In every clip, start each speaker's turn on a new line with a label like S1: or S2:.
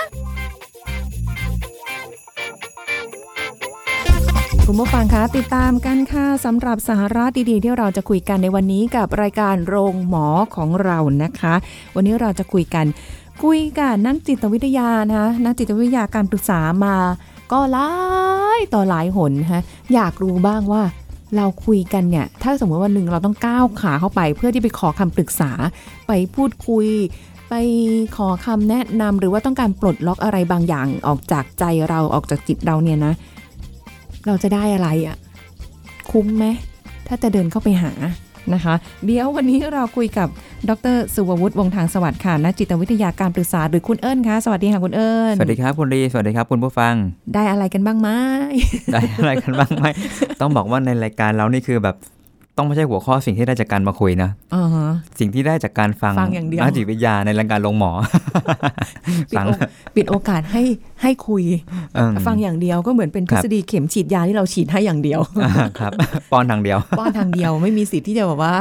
S1: ล
S2: คุณผู้ฟังคะติดตามกันค่ะสำหรับสาระดีๆ ที่เราจะคุยกันในวันนี้กับรายการโรงหมอของเรานะคะ วันนี้เราจะคุยกัน คุยกับนักจิตวิทยานะคะนักจิตวิทยาการปรึกษามา ก็หลายต่อหลายหนฮะอยากรู้บ้างว่า เราคุยกันเนี่ย ถ้าสมมติวันหนึ่งเราต้องก้าวขาเข้าไป เพื่อที่ไปขอคำปรึกษา ไปพูดคุย ไปขอคำแนะนำหรือว่าต้องการปลดล็อกอะไรบางอย่างออกจากใจเราออกจากจิตเราเนี่ยนะ เราจะได้อะไรอะ่ะ คุ้มไหม ถ้าจะเดินเข้าไปหานะคะ เดี๋ยววันนี้เราคุยกับดรสุวัตวงศ์ทางสวัสดิ์ค่ะนักจิตวิทยาการปรึกษาหรือคุณเอิญค่ะสวัสดีค่ะคุณเอิญ
S3: สวัสดีครับคุณลีสวัสดีครับคุณผู้ ฟัง
S2: ได้อะไรกันบ้างไหม
S3: ได้อะไรกันบ้างไหม ต้องบอกว่าในรายการเรานี่คือแบบต้องไม่ใช่หัวข้อสิ่งที่ได้จากการมาคุยนะ
S2: อ๋อฮะ
S3: สิ่งที่ได้จากการฟัง
S2: ฟังอย่างเดียว
S3: นักจิตวิทยาในรายการลงหม อ
S2: ปิด
S3: ฟัง
S2: โอกปิดโอกาสให้ให้คุย
S3: อืม
S2: ฟังอย่างเดียวก็เหมือนเป็นท
S3: ครั
S2: ฤ
S3: บ
S2: ษฎีเข็มฉีดยาที่เราฉีดให้อย่างเดียว
S3: อ่าครับ ป้อนทางเดียว
S2: ป้อนทางเดียวไม่มีสิทธิ์ที่จะแบบว่า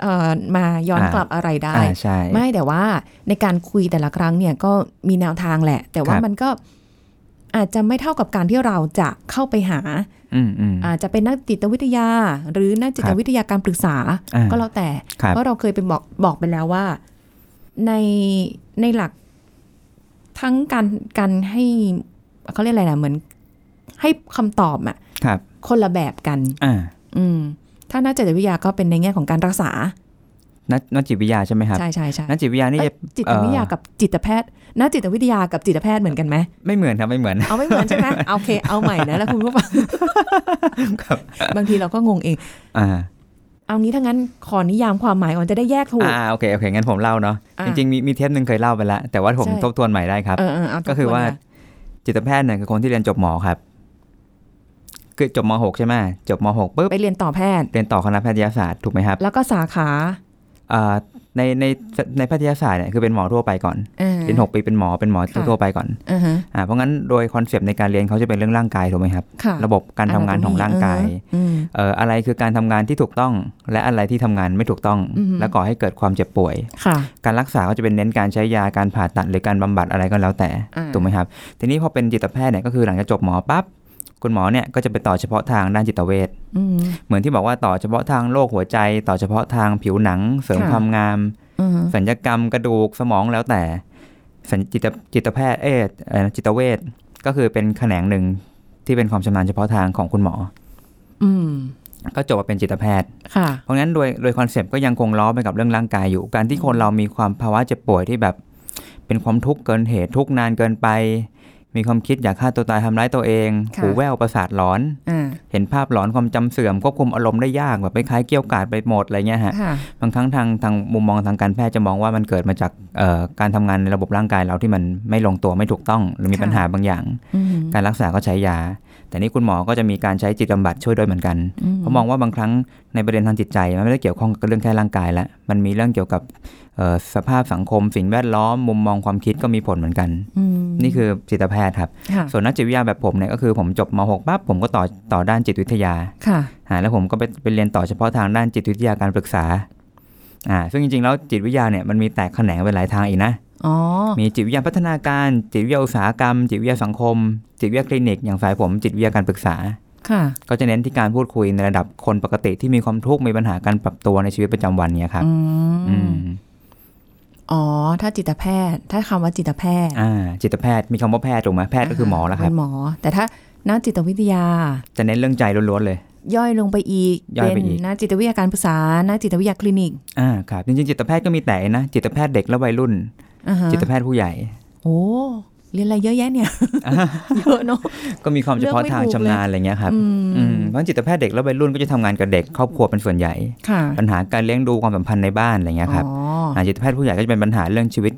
S2: เอ่อมาย้อน
S3: อ่ากก
S2: ลับอะไรได้
S3: อ่าใช่
S2: ไม่แต่ว่าในการคุยแต่ละครั้งเนี่ยก็มีแนวทางแหละ แต่ว่า
S3: ครับ
S2: มันก็อาจจะไม่เท่ากับการที่เราจะเข้าไปหา
S3: อืมอืม
S2: อาจจะเป็นนักจิตวิทยา หรือนักจิ
S3: ค
S2: ต
S3: รับ
S2: วิทยาการปรึกษา
S3: อ่า
S2: ก็แล้วแต่
S3: ครับ
S2: เพราะเราเคยไปบอกบอกไปแล้วว่า ในในหลักทั้งการการให้เขาเรียกอะไรนะเหมือน ให้คำตอบอะ
S3: ครับ
S2: คนละแบบกัน
S3: อ่า
S2: อืม ถ้านักจิตวิทยาก็เป็นในแง่ของการรักษา
S3: นักนักจิตวิทยาใช่ไหมครับ
S2: ใช่ใช่ใช่
S3: นักจิตวิทยานี่
S2: เอ้ย
S3: จะ
S2: จิตวิทยากับจิตแพทย์นักจิตวิทยากับจิตแพทย์เหมือนกันไหม
S3: ไม่เหมือนครับไม่เหมือน
S2: เอาไม่เหมือนใช่ไหมเอาโอเค เอาใหม่นะแล้วคุณผู้ฟัง
S3: ครับ
S2: บางทีเราก็งงเอง
S3: อ่า
S2: เอางี้ถ้างั้นขอนิยามความหมายก่อนจะได้แยกถูก
S3: อ่าโอเคโอเคงั้นผมเล่าเนาะ
S2: อ่า
S3: จริงๆมีมีเทปหนึ่งเคยเล่าไปแล้วแต่ว่าผม
S2: ใช่
S3: ทบทวนใหม่ได้ครับ
S2: เออเออเอา
S3: ก็คือว่า จิตแพทย์เนี่ยคือคนที่เรียนจบหมอครับ คือจบม .6 ใช่ไหมจบม .6 ปุ๊บ
S2: ไปเรียนต่อแพทย์
S3: เรียนต่อคณะแพทยศาสตร์ถูกไหมครับ
S2: แล้วก็สาขา
S3: อ่าในในในแพทยศาสตร์เนี่ยคือเป็นหมอทั่วไปก่อน
S2: อ่า
S3: เรียน 6 ปีเป็นหมอเป็นหมอ
S2: ค่ะ
S3: ทั่วๆไปก่อน
S2: อ่าฮะ
S3: อ่าเพราะงั้นโดยคอนเซปต์ในการเรียนเขาจะเป็นเรื่องร่างกายถูกไหมครับ
S2: ค่ะ
S3: ระบบการทำงานของร่างกาย
S2: อืม
S3: เอ่ออะไรคือการทำงานที่ถูกต้อง และอะไรที่ทำงานไม่ถูกต้อง
S2: อือฮึ
S3: และก่อให้เกิดความเจ็บป่วย
S2: ค่ะ
S3: การรักษาก็จะเป็นเน้นการใช้ยาการผ่าตัดหรือการบำบัดอะไรก็แล้วแต่
S2: อ่า
S3: ถูกไหมครับ ทีนี้พอเป็นจิตแพทย์เนี่ยก็คือหลังจากจบหมอปั๊บคุณหมอเนี่ยก็จะไปต่อเฉพาะทางด้านจิตเวช
S2: อืม
S3: เหมือนที่บอกว่าต่อเฉพาะทางโรคหัวใจ ต่อเฉพาะทางผิวหนัง เสริม
S2: ค่ะ
S3: ความงาม
S2: อืม
S3: สัญญกรรมกระดูกสมองแล้วแต่สัญจิตจิตแพทย์เอยเอ่อจิตเวชก็คือเป็นแขนงหนึ่งที่เป็นความชำนาญเฉพาะทางของคุณหมอ
S2: อืม
S3: ก็จบมาเป็นจิตแพทย์
S2: ค่ะ
S3: เพราะงั้นโดยโดยคอนเซปต์ก็ยังคงล้อไปกับเรื่องร่างกายอยู่ การที่คนเรามีความภาวะเจ็บป่วยที่แบบ เป็นความทุกข์เกินเหตุทุกข์นานเกินไป มีความคิดอยากฆ่าตัวตายทำร้ายตัวเอง
S2: ค่ะ
S3: หูแว่วประสาทหลอน
S2: อ่า
S3: เห็นภาพหลอนความจำเสื่อมควบคุมอารมณ์ได้ยากแบบคล้ายๆเกรี่ยวกราดไปหมดอะไรเงี้ยฮะ
S2: ค่ะ
S3: บางครั้งทางทางมุมมองทางการแพทย์จะมองว่ามันเกิดมาจากเอ่อการทำงานในระบบร่างกายเราที่มันไม่ลงตัวไม่ถูกต้อง หรือมี
S2: ค่ะ
S3: ปัญหาบางอย่าง
S2: อืม
S3: การรักษาก็ใช้ยา แต่นี่คุณหมอก็จะมีการใช้จิตบำบัดช่วยด้วยเหมือนกันเพราะมองว่าบางครั้งในประเด็นทางจิตใจมันไม่ได้เกี่ยวข้องกับเรื่องแค่ร่างกายละมันมีเรื่องเกี่ยวกับเอ่อสภาพสังคม สิ่งแวดล้อมมุมมองความคิดก็มีผลเหมือนกัน
S2: อืม
S3: นี่คือจิตแพทย์ครับ
S2: ค่ะ
S3: ส่วนนักจิตวิทยาแบบผมเนี่ยก็คือผมจบม .6 ปั๊บผมก็ต่อต่อด้านจิตวิทยา
S2: ค่ะ
S3: อ่าแล้วผมก็ไปไปเรียนต่อเฉพาะทางด้านจิตวิทยาการปรึกษาอ่าซึ่งจริงๆ แล้วจิตวิทยาเนี่ยมันมีแตกแขนงไปหลายทางอีกนะ
S2: อ๋อ
S3: มีจิตวิทยาพัฒนาการ จิตวิทยาอุตสาหกรรม จิตวิทยาสังคม จิตวิทยาคลินิก อย่างสายผมจิตวิทยาการปรึกษา
S2: ค่ะ
S3: ก็จะเน้นที่การพูดคุยในระดับคนปกติที่มีความทุกข์มีปัญหาการปรับตัวในชีวิตประจำวันเนี่ยครับ
S2: อื
S3: อื
S2: ม
S3: ม
S2: อ๋อ ถ้าจิตแพทย์ ถ้าคำว่าจิตแพทย์
S3: อ่าจิตแพทย์มีคำว่าแพทย์ถูกไหมแพทย์ก็คือหมอแล้วครั
S2: เป็
S3: บ
S2: นหมอ แต่ถ้านักจิตวิทยา
S3: จะเน้นเรื่องใจล้วนๆเลย
S2: ย่อยลงไปอีก
S3: ย่อยไปอีก
S2: นนักจิตวิทยาการปรึกษานักจิตวิทยาคลินิก
S3: อ่าครับจริงๆจิตแพทย์ก็มีแต่นะจิตแพทย์เด็กและวัยรุ่น
S2: อ่าฮะ
S3: จิตแพทย์ผู้ใหญ่
S2: โอ้เรียนอะไรเยอะแยะเนี่ย เยอะเนาะ
S3: ก็มีความเฉพาะทางชำนาญอะไรเงี้ยครับ
S2: อื
S3: อื
S2: ม
S3: มเพราะจิตแพทย์เด็กและวัยรุ่นก็จะทำงานกับเด็กครอบครัวเป็นส่วนใหญ่
S2: ค่ะ
S3: ปัญหาการเลี้ยงดูความสัมพันธ์ในบ้านอะไรเงี้ยครับ
S2: อ๋อ
S3: อ่าจิตแพทย์ผู้ใหญ่ก็จะเป็นปัญหาเรื่องชีวิต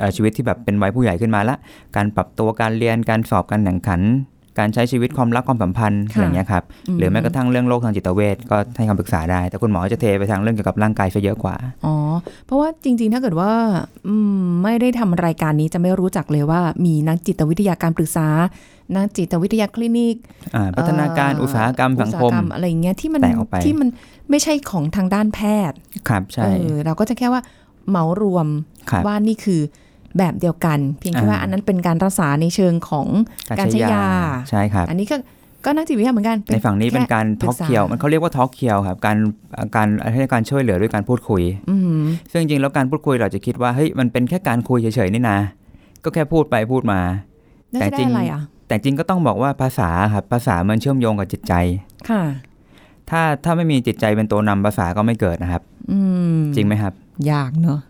S3: เอ่อชีวิตที่แบบเป็นวัยผู้ใหญ่ขึ้นมาละ การปรับตัวการเรียนการสอบการแข่งขัน การใช้ชีวิตความรักความสัมพันธ์
S2: ค่ะ
S3: อะไรเงี้ยครับหรือแม้กระทั่งเรื่องโรคทางจิตเวชก็ให้คำปรึกษาได้ แต่คุณหมอจะเทไปทางเรื่องเกี่ยวกับร่างกายซะเยอะกว่า
S2: อ๋อ เพราะว่าจริง ๆ ถ้าเกิดว่าอืมไม่ได้ทำรายการนี้จะไม่รู้จักเลยว่า มีนักจิตวิทยาการปรึกษา นักจิตวิทยาคลินิก
S3: อ่าพัฒนาการ
S2: เ
S3: อุตสาหกรรมสังคม
S2: อุตสาหกรรอะไรอย่างเงี้ยที่มัน
S3: แตกออกไป
S2: ที่มันไม่ใช่ของทางด้านแพทย์
S3: ครับใช่
S2: เออเราก็จะแค่ว่าเหมารวม
S3: ครับ
S2: ว่านี่คือแบบเดียวกัน เพียงแค่
S3: อ่า
S2: ว่าอันนั้นเป็นการรักษาในเชิงของ การใช้ยา
S3: ใช่ครับ
S2: อันนี้ก็ก็นักจิตวิทยาเหมือนกันเป็
S3: ในฝั่งนี้เป็น
S2: แค่
S3: การ
S2: ปรึ
S3: ทอก ก
S2: ษา
S3: เคียวมันเขาเรียกว่าทอกเคียวครับการการให้การช่วยเหลือด้วยการพูดคุย
S2: อืม
S3: ซึ่งจริงๆแล้วการพูดคุยเราจะคิดว่าเฮ้ยมันเป็นแค่การคุยเฉยๆนี่นะก็แค่พูดไปพูดมา
S2: แล้ว
S3: แต่
S2: จะได้
S3: จริง
S2: อะไรอ่ะ
S3: แต่จริงก็ต้องบอกว่าภาษาครับภาษามันเชื่อมโยงกับจิตใจ
S2: ค่ะ
S3: ถ้าถ้าไม่มีจิตใจเป็นตัวนำภาษาก็ไม่เกิดนะครับ
S2: อืม
S3: จริงไหมครับ
S2: ยากเนอะ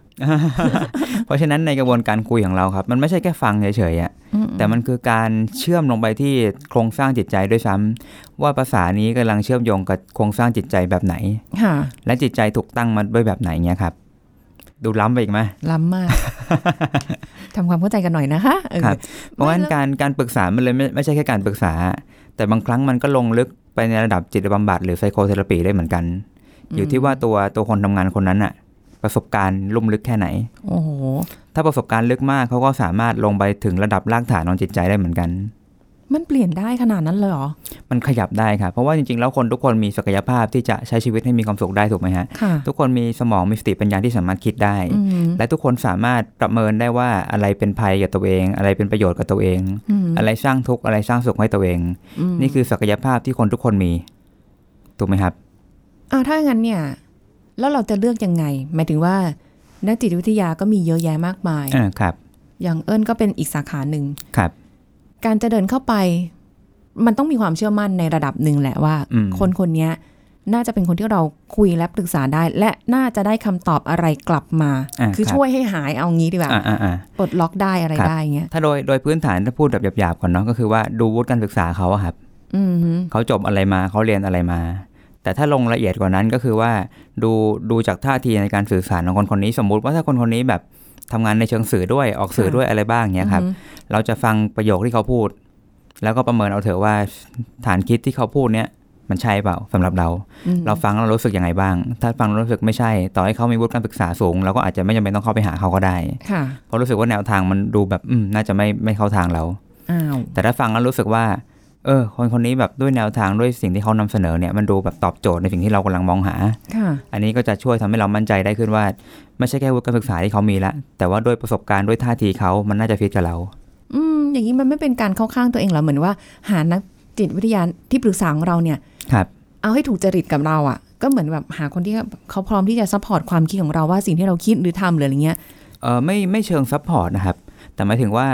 S3: เพราะฉะนั้นในกระบวนการคุยของเราครับ มันไม่ใช่แค่ฟังเฉยๆอะ
S2: อื
S3: แต่มันคือการเชื่อมลงไปที่โครงสร้างจิตใจด้วยซ้ำว่าภาษานี้กำลังเชื่อมโยงกับโครงสร้างจิตใจแบบไหน
S2: ค่ะ
S3: และจิตใจถูกตั้งมาด้วยแบบไหนเงี้ยครับ ดูล้ำไปอีกไหม
S2: ล้ำมาก ทำความเข้าใจกันหน่อยนะคะเออ
S3: ครับ เพราะงั้น
S2: ไม่แล้ว
S3: การการปรึกษามันเลยไม่ไม่ใช่แค่การปรึกษา แต่บางครั้งมันก็ลงลึกไปในระดับจิตบำบัดหรือไซโคเทอราปีได้เหมือนกัน อยู่ที่ว่าตัวตัวคนทำงานคนนั้นอะประสบการณ์ลุ่มลึกแค่ไหน
S2: โอ้โห
S3: ถ้าประสบการณ์ลึกมากเขาก็สามารถลงไปถึงระดับรากฐานของจิตใจได้เหมือนกัน
S2: มันเปลี่ยนได้ขนาดนั้นเลยเหรอ
S3: มันขยับได้ครับเพราะว่าจริงๆ แล้วคนทุกคนมีศักยภาพที่จะใช้ชีวิตให้มีความสุขได้ถูกไหมฮะ
S2: ค่ะ
S3: ทุกคนมีสมองมีสติปัญญาที่สามารถคิดได้
S2: อืม
S3: และทุกคนสามารถประเมินได้ว่าอะไรเป็นภัยกับตัวเอง อะไรเป็นประโยชน์กับตัวเอง
S2: อืม
S3: อะไรสร้างทุกข์อะไรสร้างสุขให้ตัวเอง
S2: ม
S3: นี่คือศักยภาพที่คนทุกคนมีถูกไหมครับ
S2: อ้าวถ้าอย่างนั้นเนี่ย แล้วเราจะเลือกยังไง หมายถึงว่า นักจิตวิทยาก็มีเยอะแยะมากมาย
S3: อ่าครับ
S2: อย่างเอิญก็เป็นอีกสาขาหนึ่ง
S3: ครับ
S2: การจะเดินเข้าไป มันต้องมีความเชื่อมั่นในระดับหนึ่งแหละว่า
S3: อืม
S2: คนคนเนี้ย น่าจะเป็นคนที่เราคุยและปรึกษาได้ และน่าจะได้คำตอบอะไรกลับมา
S3: อ่า
S2: คือ
S3: รับ
S2: ช่วยให้หายเอางี้ดีกว่า
S3: อ่าอ่าอ่า
S2: ปลดล็อกได้อะไร
S3: ครับ
S2: ได้อย่างเงี้ย
S3: ถ้าโดยโดยพื้นฐานถ้าพูดแบบหยาบๆก่อนเนาะก็คือว่าดูวุฒิการศึกษาเขาอะครับ
S2: อืมฮึ
S3: เขาจบอะไรมาเขาเรียนอะไรมา แต่ถ้าลงละเอียดกว่านั้นก็คือว่าดูดูจากท่าทีในการสื่อสารของคนคนนี้ สมมุติว่าถ้าคนคนนี้แบบทำงานในเชิงสื่อด้วยออกสื่อด้วยอะไรบ้างเนี้ยครับ
S2: อืม
S3: เราจะฟังประโยคที่เขาพูด แล้วก็ประเมินเอาเถอะว่าฐานคิดที่เขาพูดเนี้ยมันใช่เปล่าสำหรับเรา
S2: อืม
S3: เราฟังแล้วเรารู้สึกยังไงบ้าง ถ้าฟังแล้วรู้สึกไม่ใช่ ต่อให้เขามีวุฒิการศึกษาสูงเราก็อาจจะไม่จำเป็นต้องเข้าไปหาเขาก็ได้
S2: ค่ะ
S3: เพราะรู้สึกว่าแนวทางมันดูแบบอืมน่าจะไม่ไม่เข้าทางเรา
S2: อ้าว
S3: แต่ถ้าฟังแล้วรู้สึกว่า เออ คนคนนี้แบบด้วยแนวทางด้วยสิ่งที่เขานำเสนอเนี่ยมันดูแบบตอบโจทย์ในสิ่งที่เรากำลังมองหา
S2: ค่ะ
S3: อันนี้ก็จะช่วยทำให้เรามั่นใจได้ขึ้นว่า ไม่ใช่แค่วุฒิการศึกษาที่เขามีละแต่ว่าด้วยประสบการณ์ด้วยท่าทีเขามันน่าจะฟิตกับเรา
S2: อืม อย่างนี้มันไม่เป็นการเข้าข้างตัวเองเหรอเหมือนว่า หานักจิตวิทยาที่ปรึกษาของเราเนี่ย
S3: ครับ
S2: เอาให้ถูกจริตกับเราอะ่ะ ก็เหมือนแบบหาคนที่เขาพร้อมที่จะซัพพอร์ตความคิดของเราว่าสิ่งที่เราคิดหรือทำหรืออะไรเงี้ย
S3: เออไม่ไม่เชิงซัพพอร์ตนะครับ แต่หมายถึงว่า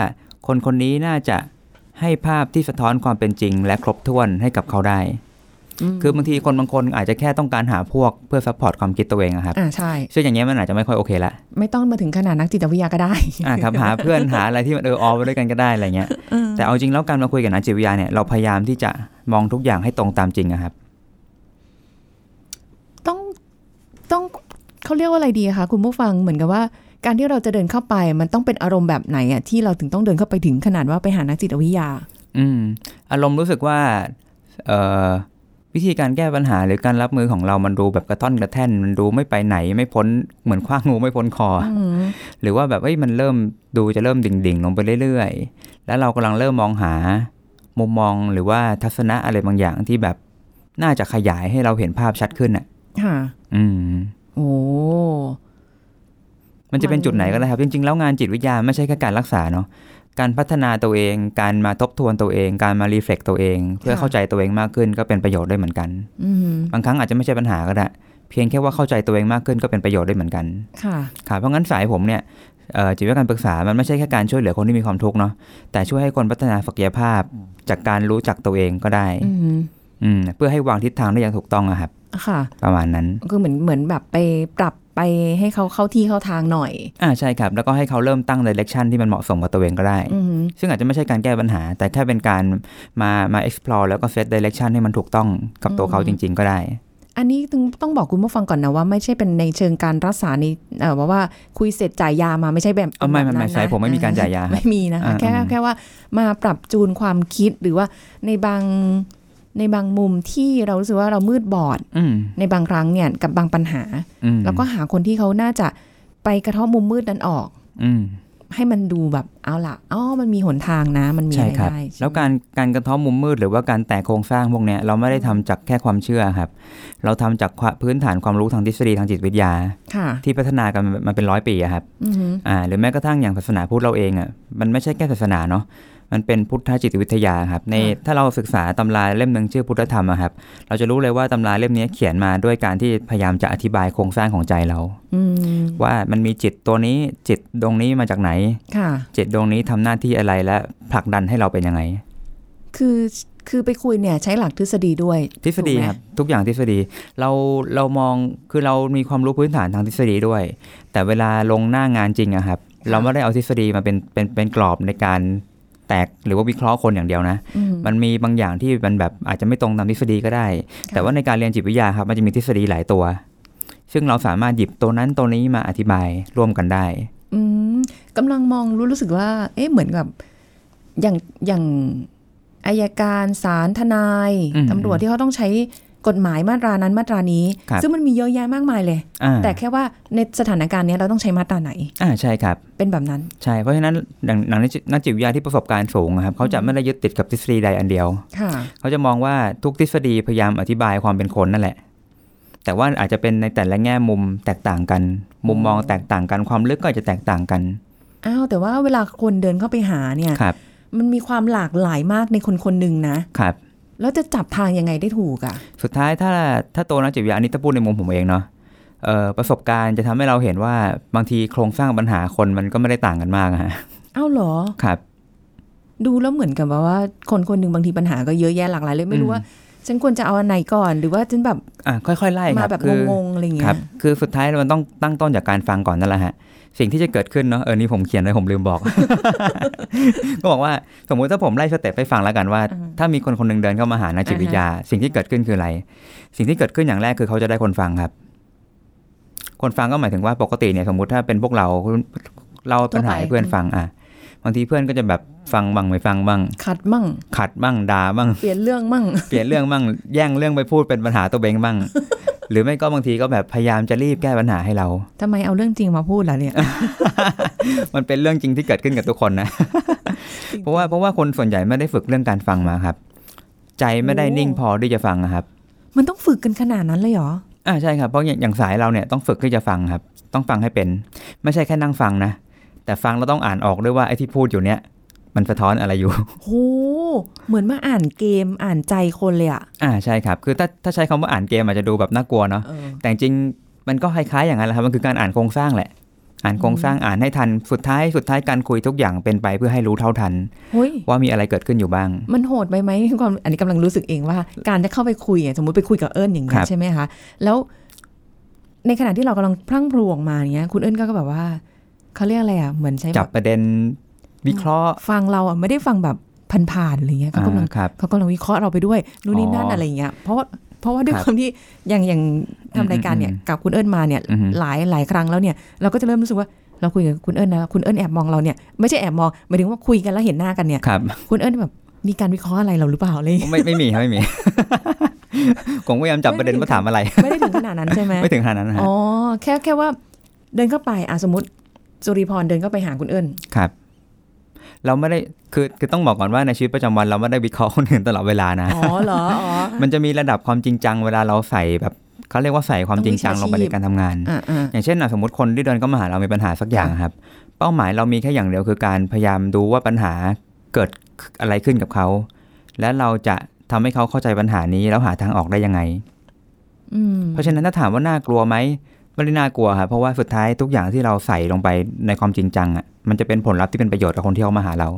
S3: คนคนนี้น่าจะให้ภาพที่สะท้อนความเป็นจริง และครบถ้วนให้กับเขาได้
S2: อืม
S3: คือบางทีคนบางคนอาจจะแค่ต้องการหาพวกเพื่อซัพพอร์ตความคิดตัวเองอะครับ
S2: อ่าใช่
S3: ซึ่งอย่างเงี้ยมันอาจจะไม่ค่อยโอเคละ
S2: ไม่ต้องมาถึงขนาดนักจิตวิทยาก็ได้
S3: อ่ะครับหาเพื่อน หาอะไรที่มันเออออไปด้วยกันก็ได้อะไรเงี้ยแต่เอาจริงแล้วการมาคุยกับนักจิตวิทยาเนี่ยเราพยายามที่จะมองทุกอย่างให้ตรงตามจริงอะครับ
S2: ต้องต้องเขาเรียกว่าอะไรดีอะคะคุณผู้ฟังเหมือนกับว่า การที่เราจะเดินเข้าไป มันต้องเป็นอารมณ์แบบไหนอะที่เราถึงต้องเดินเข้าไปถึงขนาดว่าไปหานักจิตวิทยา
S3: อืมอารมณ์รู้สึกว่าเอ่อวิธีการแก้ปัญหาหรือการรับมือของเรามันดูแบบกระท่อนกระแท่น มันดูไม่ไปไหนไม่พ้นเหมือนคว้างงูไม่พ้นคออ
S2: อืม
S3: หรือว่าแบบเอ้ยมันเริ่มดูจะเริ่มดิ่งดิ่งๆลงไปเรื่อยๆ แล้วเรากำลังเริ่มมองหามุมมองหรือว่าทัศนะอะไรบางอย่างที่แบบน่าจะขยายให้เราเห็นภาพชัดขึ้นอ่ะ
S2: ค่ะ
S3: อืม
S2: โอ้
S3: มันจะเป็น
S2: มัน
S3: จุดไหนก็ได้ครับ จริง ๆ แล้วงานจิตวิทยาไม่ใช่แค่การรักษาเนาะการพัฒนาตัวเอง การมาทบทวนตัวเอง การมารีเฟล็กตัวเอง เพื่อเข้าใจตัวเองมากขึ้นก็เป็นประโยชน์ได้เหมือนกัน
S2: อืม
S3: บางครั้งอาจจะไม่ใช่ปัญหาก็ได้ เพียงแค่ว่าเข้าใจตัวเองมากขึ้นก็เป็นประโยชน์ได้เหมือนกัน
S2: ค่ะ
S3: ค่ะเพราะงั้นสายผมเนี่ยเอ่อจิตวิทยาการปรึกษามันไม่ใช่แค่การช่วยเหลือคนที่มีความทุกข์เนาะแต่ช่วยให้คนพัฒนาศักยภาพจากการรู้จักตัวเองก็ได้
S2: อืม
S3: อืมเพื่อให้วางทิศทางได้อย่างถูกต้องอะครับ
S2: ค่ะ
S3: ประมาณนั้น
S2: ก็เหมือนเหมือนแบบไปปรับไปให้เขาเข้าที่เข้าทางหน่อย
S3: อ่าใช่ครับ แล้วก็ให้เขาเริ่มตั้ง direction ที่มันเหมาะสมกับตัวเองก็ได้
S2: อืม
S3: ซึ่งอาจจะไม่ใช่การแก้ปัญหา แต่แค่เป็นการมามา explore แล้วก็ set direction ให้มันถูกต้องกับตัว
S2: อืม
S3: เขาจริง ๆ ก็ได้
S2: อันนี้ต้องต้องบอกคุณผู้ฟังก่อนนะว่าไม่ใช่เป็นในเชิงการรักษาในเอ่อว่าว่าคุยเสร็จจ่ายยามาไม่ใช่แบบ
S3: เอาไม่ไม่
S2: แบบ
S3: ไม่
S2: นั้นนะ
S3: สายผมไม่มีการจ่ายยาครับ
S2: ไม่มีนะคะ
S3: อ่า
S2: แค่
S3: อืม
S2: แค่ว่ามาปรับจูนความคิดหรือว่าในบางในบางมุมที่เรารู้สึกว่าเรามืดบอด
S3: อืม
S2: ในบางครั้งเนี่ยกับบางปัญหา
S3: อืม
S2: แล้วก็หาคนที่เขาน่าจะไปกระเทาะมุมมืดนั้นออก
S3: อืม
S2: ให้มันดูแบบเอาละอ๋อมันมีหนทางนะ มันมี
S3: ใช่
S2: อะไร
S3: ครับ
S2: ได้
S3: แล้วการการกระเท้อมุมมืดหรือว่าการแตกโครงสร้างพวกเนี้ยเราไม่ได้ทำจากแค่ความเชื่อครับ เราทำจากความพื้นฐานความรู้ทางทฤษฎีทางจิตวิทยา
S2: ค่ะ
S3: ที่พัฒนากันมาเป็นร้อยปีอะครับ
S2: อือหือ
S3: อ่าหรือแม้กระทั่งอย่างศาสนาพุทธเราเองอ่ะมันไม่ใช่แค่ศาสนาเนาะมันเป็นพุทธจิตวิทยาครับในถ้าเราศึกษาตำราเล่มหนึ่งชื่อพุทธธรรมอะครับเราจะรู้เลยว่าตำราเล่มนี้เขียนมาด้วยการที่พยายามจะอธิบายโครงสร้างของใจเรา
S2: อืม
S3: ว่ามันมีจิตตัวนี้จิตดวงนี้มาจากไหน
S2: ค่ะ
S3: จิตดวงนี้ทำหน้าที่อะไรและผลักดันให้เราเป็นยังไง
S2: คือคือไปคุยเนี่ยใช้หลักทฤษฎีด้วย
S3: ทฤษฎี
S2: ถูกไหม
S3: ครับทุกอย่างทฤษฎีเราเรามองคือเรามีความรู้พื้นฐานทางทฤษฎีด้วย แต่เวลาลงหน้างานจริงอะครับ เราไม่ได้เอาทฤษฎีมาเป็นเป็นเป็นกรอบในการแตกหรือว่าวิเคราะห์คนอย่างเดียวนะ
S2: อืม
S3: มันมีบางอย่างที่มันแบบอาจจะไม่ตรงตามทฤษฎีก็ได้ แต่ว่าในการเรียนจิตวิทยาครับมันจะมีทฤษฎีหลายตัว ซึ่งเราสามารถหยิบตัวนั้นตัวนี้มาอธิบายร่วมกันได้
S2: อืมกำลังมองรู้รู้สึกว่า เอ๊ะเหมือนกับอย่างอย่างอายการศาลทนาย
S3: อืม
S2: ตำรวจที่เขาต้องใช้กฎหมายมาตรานั้นมาตรานี้
S3: ครับ
S2: ซึ่งมันมีเยอะแยะมากมายเลย
S3: อ่า
S2: แต่แค่ว่าในสถานการณ์เนี้ยเราต้องใช้มาตราไหน
S3: อ่าใช่ครับ
S2: เป็นแบบนั้น
S3: ใช่เพราะฉะนั้นอย่างหนังนักจิตวิทยาที่ประสบการณ์สูงอะครับเขาจะไม่ได้ยึดติดกับทฤษฎีใดอันเดียว
S2: ค่ะ
S3: เขาจะมองว่าทุกทฤษฎีพยายามอธิบายความเป็นคนนั่นแหละ แต่ว่าอาจจะเป็นในแต่ละแง่มุมแตกต่างกัน มุมมองแตกต่างกันความลึกก็อาจจะแตกต่างกัน
S2: อ้าวแต่ว่าเวลาคนเดินเข้าไปหาเนี่ย
S3: ครับ
S2: มันมีความหลากหลายมากในคนคนหนึ่งนะ
S3: ครับ
S2: แล้วจะจับทางยังไงได้ถูกอะ่ะ
S3: สุดท้ายถ้าถ้าตัวนักจิตวิทยาอันนี้ถ้าพูดในมุมผมเองเนาะเอ่อประสบการณ์จะทำให้เราเห็นว่าบางทีโครงสร้างปัญหาคนมันก็ไม่ได้ต่างกันมากอะฮะ
S2: เอ้าวเหรอ
S3: ครับ
S2: ดูแล้วเหมือนกับว่าว่าคนคนหนึ่งบางทีปัญหาก็เยอะแยะหลากหลายเลยไม่รู้
S3: อืม
S2: ว่า ฉันควรจะเอาอันไหนก่อน หรือว่าฉันแบบ
S3: อ่ะค่อยๆไล่ค
S2: มา
S3: รับ
S2: แบบ
S3: คือง
S2: งๆอะไรอย่างเงี้
S3: ค
S2: ย
S3: รับคือสุดท้ายมันต้องตั้งต้นจากการฟังก่อนนั่นแหละฮะสิ่งที่จะเกิดขึ้นเนาะเออนี่ผมเขียนไว้ผมลืมบอก ก็บอกว่าสมมุติถ้าผมไล่สเต็ปไปฟังแล้วกันว่า
S2: อ่า
S3: ถ้ามีคนคนหนึ่งเดินเข้ามาหานักจิตวิทยา สิ่งที่เกิดขึ้นคืออะไร สิ่งที่เกิดขึ้นอย่างแรกคือเขาจะได้คนฟังครับ คนฟังก็หมายถึงว่าปกติเนี่ยสมมติถ้าเป็นพวกเราเราปัญหาให้
S2: ทั่วไป
S3: เพื่อนฟังอ่ะบางทีเพื่อนก็จะแบบฟังบ้างไม่ฟังบ้าง
S2: ขัดมั่ง
S3: ขัดบ้างด่าบ้าง
S2: เปลี่ยนเรื่องมั่ง
S3: เปลี่ยนเรื่องบ้างแย่งเรื่องไปพูดเป็นปัญหาตัวเองบ้าง หรือไม่ก็บางทีก็แบบพยายามจะรีบแก้ปัญหาให้เรา
S2: ทำไมเอาเรื่องจริงมาพูดล่ะเนี่ย
S3: มันเป็นเรื่องจริงที่เกิดขึ้นกับทุกคนนะ เพราะว่าเพราะว่าคนส่วนใหญ่ไม่ได้ฝึกเรื่องการฟังมาครับ ใจไม่ได้นิ่งพอที่จะฟังอะครับ
S2: มันต้องฝึกกันขนาดนั้นเลยเหรอ
S3: อ่าใช่ครับเพราะอย่างอย่างสายเราเนี่ยต้องฝึกที่จะฟังครับ ต้องฟังให้เป็น ไม่ใช่แค่นั่งฟังนะ แต่ฟังเราต้องอ่านออกด้วยว่าไอ้ที่พูดอยู่เนี่ย มันสะท้อนอะไรอยู่
S2: โห เหมือนมาอ่านเกมอ่านใจคนเลยอะ
S3: อ่าใช่ครับ คือถ้าถ้าใช้คำว่าอ่านเกมอาจจะดูแบบน่ากลัวเนาะ
S2: เออ
S3: แต่จริงๆมันก็คล้ายๆอย่างนั้นแหละครับ มันคือการอ่านโครงสร้างแหละ อ่านโครงสร้างอ่านให้ทันสุดท้ายสุดท้ายการคุยทุกอย่างเป็นไปเพื่อให้รู้เท่าทัน
S2: เฮ้ย
S3: ว่ามีอะไรเกิดขึ้นอยู่บ้าง
S2: มันโหดไปไหมความอันนี้กำลังรู้สึกเองว่า การจะเข้าไปคุยอ่ะสมมติไปคุยกับเอิญอย่าง
S3: ค
S2: เงี้
S3: รั
S2: ย
S3: บ
S2: ใช่ไหมคะแล้วในขณะที่เรากำลังพลั่งพลวงมาเนี้ย คุณเอิญก็แบบว่าเขาเรียกอะไรอ่ะเหมือนใช้แบ
S3: จับบ ประเด็นวิเคราะห์
S2: ฟังเราอ่ะไม่ได้ฟังแบบผ่านๆอะไรเงี้ยเขากำลัง
S3: อ่าครับ
S2: เขากำลังวิเคราะห์เราไปด้วยนู่นนี่นั่น
S3: อ๋ออ
S2: อะไรเงี้ยเพราะว่าเพราะว่าด้วย
S3: ครับ
S2: ความที่อย่างอย่างทำรายการเนี่ย
S3: อืมอืม
S2: กับคุณเอิญมาเนี่ย
S3: อือฮึ
S2: หลายหลายครั้งแล้วเนี่ย เราก็จะเริ่มรู้สึกว่าเราคุยกับคุณเอิญนะคุณเอิญแอบมองเราเนี่ยไม่ใช่แอบมองหมายถึงว่าคุยกันแล้วเห็นหน้ากันเนี่ย
S3: ครับ
S2: คุณเอิญแบบมีการวิเคราะห์อะไรเราหรือเปล่าอะไร อย่างเงี้ย
S3: ไม่ไม่มีครับไม่มี ผมพยายามจับประเด็นมาถามอะไร
S2: ไม่ได้ถึงขนาดนั้นใช่ไหม
S3: ไม่ถึงขนาดนั้นนะฮะ
S2: อ๋อ แค่แค่ว่าเดินเข้าไปอ่ะสมมติสุริพรเดินเข้าไปหาคุณเอิญ
S3: ครับ เราไม่ได้คือคือต้องบอกก่อนว่าในชีวิตประจำวันเราไม่ได้วิเคราะห์คนอื่นตลอดเวลานะ
S2: อ๋อเหรอ อ๋อ
S3: มันจะมีระดับความจริงจังเวลาเราใส่แบบเขาเรียกว่าใส่ความจริงจังลงไปในการทำงาน
S2: อ่าอ่า
S3: อย่างเช่นอ่ะสมมติคนที่เดินเข้ามาหาเรามีปัญหาสักอย่างครับ เป้าหมายเรามีแค่อย่างเดียวคือการพยายามดูว่าปัญหาเกิดอะไรขึ้นกับเขา และเราจะทำให้เขาเข้าใจปัญหานี้แล้วหาทางออกได้ยังไง
S2: อืม
S3: เพราะฉะนั้นถ้าถามว่าน่ากลัวไหมไม่ได้น่ากลัวครับเพราะว่าสุดท้ายทุกอย่างที่เราใส่ลงไปในความจริงจังอ่ะมันจะเป็นผลลัพธ์ที่เป็นประโยชน์กับคนที่เขามาหาเรา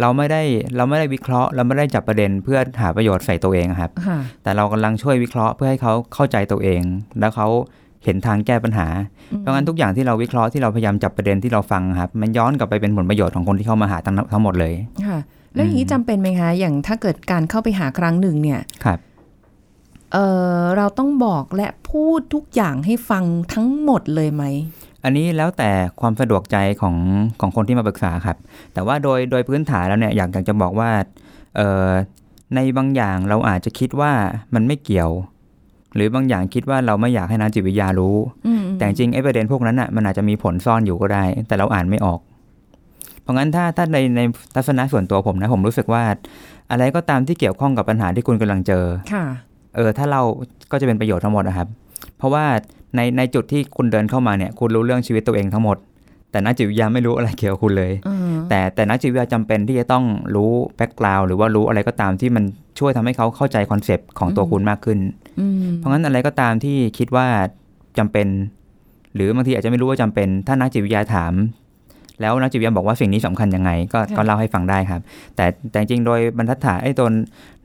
S3: เราไม่ได้เราไม่ได้วิเคราะห์เราไม่ได้จับประเด็นเพื่อหาประโยชน์ใส่ตัวเองอะครับ
S2: ค่ะ
S3: แต่เรากำลังช่วยวิเคราะห์เพื่อให้เขาเข้าใจตัวเอง แล้วเขาเห็นทางแก้ปัญหา
S2: อืม
S3: เพราะงั้นทุกอย่างที่เราวิเคราะห์ที่เราพยายามจับประเด็นที่เราฟังครับ มันย้อนกลับไปเป็นผลประโยชน์ของคนที่เข้ามาหาทั้งทั้งหมดเลย
S2: ค่ะ แล้วอย่างนี้จำเป็นไหมคะ อย่างถ้าเกิดการเข้าไปหาครั้งหนึ่งเนี่ย
S3: ครับ
S2: เ เอ่อเราต้องบอกและพูดทุกอย่างให้ฟังทั้งหมดเลยไหม
S3: อันนี้แล้วแต่ความสะดวกใจของของคนที่มาปรึกษาครับ แต่ว่าโดยโดยพื้นฐานแล้วเนี่ยอยากอยากจะบอกว่าเอ่อในบางอย่างเราอาจจะคิดว่ามันไม่เกี่ยว หรือบางอย่างคิดว่าเราไม่อยากให้นักจิตวิทยารู้
S2: อืม
S3: แต่จริงๆไอ้ประเด็นพวกนั้นอ่ะมันอาจจะมีผลซ่อนอยู่ก็ได้ แต่เราอ่านไม่ออก เพราะงั้นถ้าถ้าในในทัศนะส่วนตัวผมนะผมรู้สึกว่า อะไรก็ตามที่เกี่ยวข้องกับปัญหาที่คุณกำลังเจอ
S2: ค่ะ
S3: เออถ้าเราก็จะเป็นประโยชน์ทั้งหมดนะครับ เพราะว่าในในจุดที่คุณเดินเข้ามาเนี่ย คุณรู้เรื่องชีวิตตัวเองทั้งหมด แต่นักจิตวิทยาไม่รู้อะไรเกี่ยวกับคุณเลย
S2: อืม
S3: แต่แต่นักจิตวิทยาจำเป็นที่จะต้องรู้แบ็กกราวหรือว่ารู้อะไรก็ตามที่มันช่วยทำให้เขาเข้าใจคอนเซปต์ของตัวคุณมากขึ้น
S2: อืม
S3: เพราะงั้นอะไรก็ตามที่คิดว่าจำเป็น หรือบางทีอาจจะไม่รู้ว่าจำเป็น ถ้านักจิตวิทยาถาม แล้วนักจิตวิทยาบอกว่าสิ่งนี้สำคัญยังไงก็ก็เล่าให้ฟังได้ครับ แต่แต่จริงๆโดยบรรทัดฐานไอ้ตน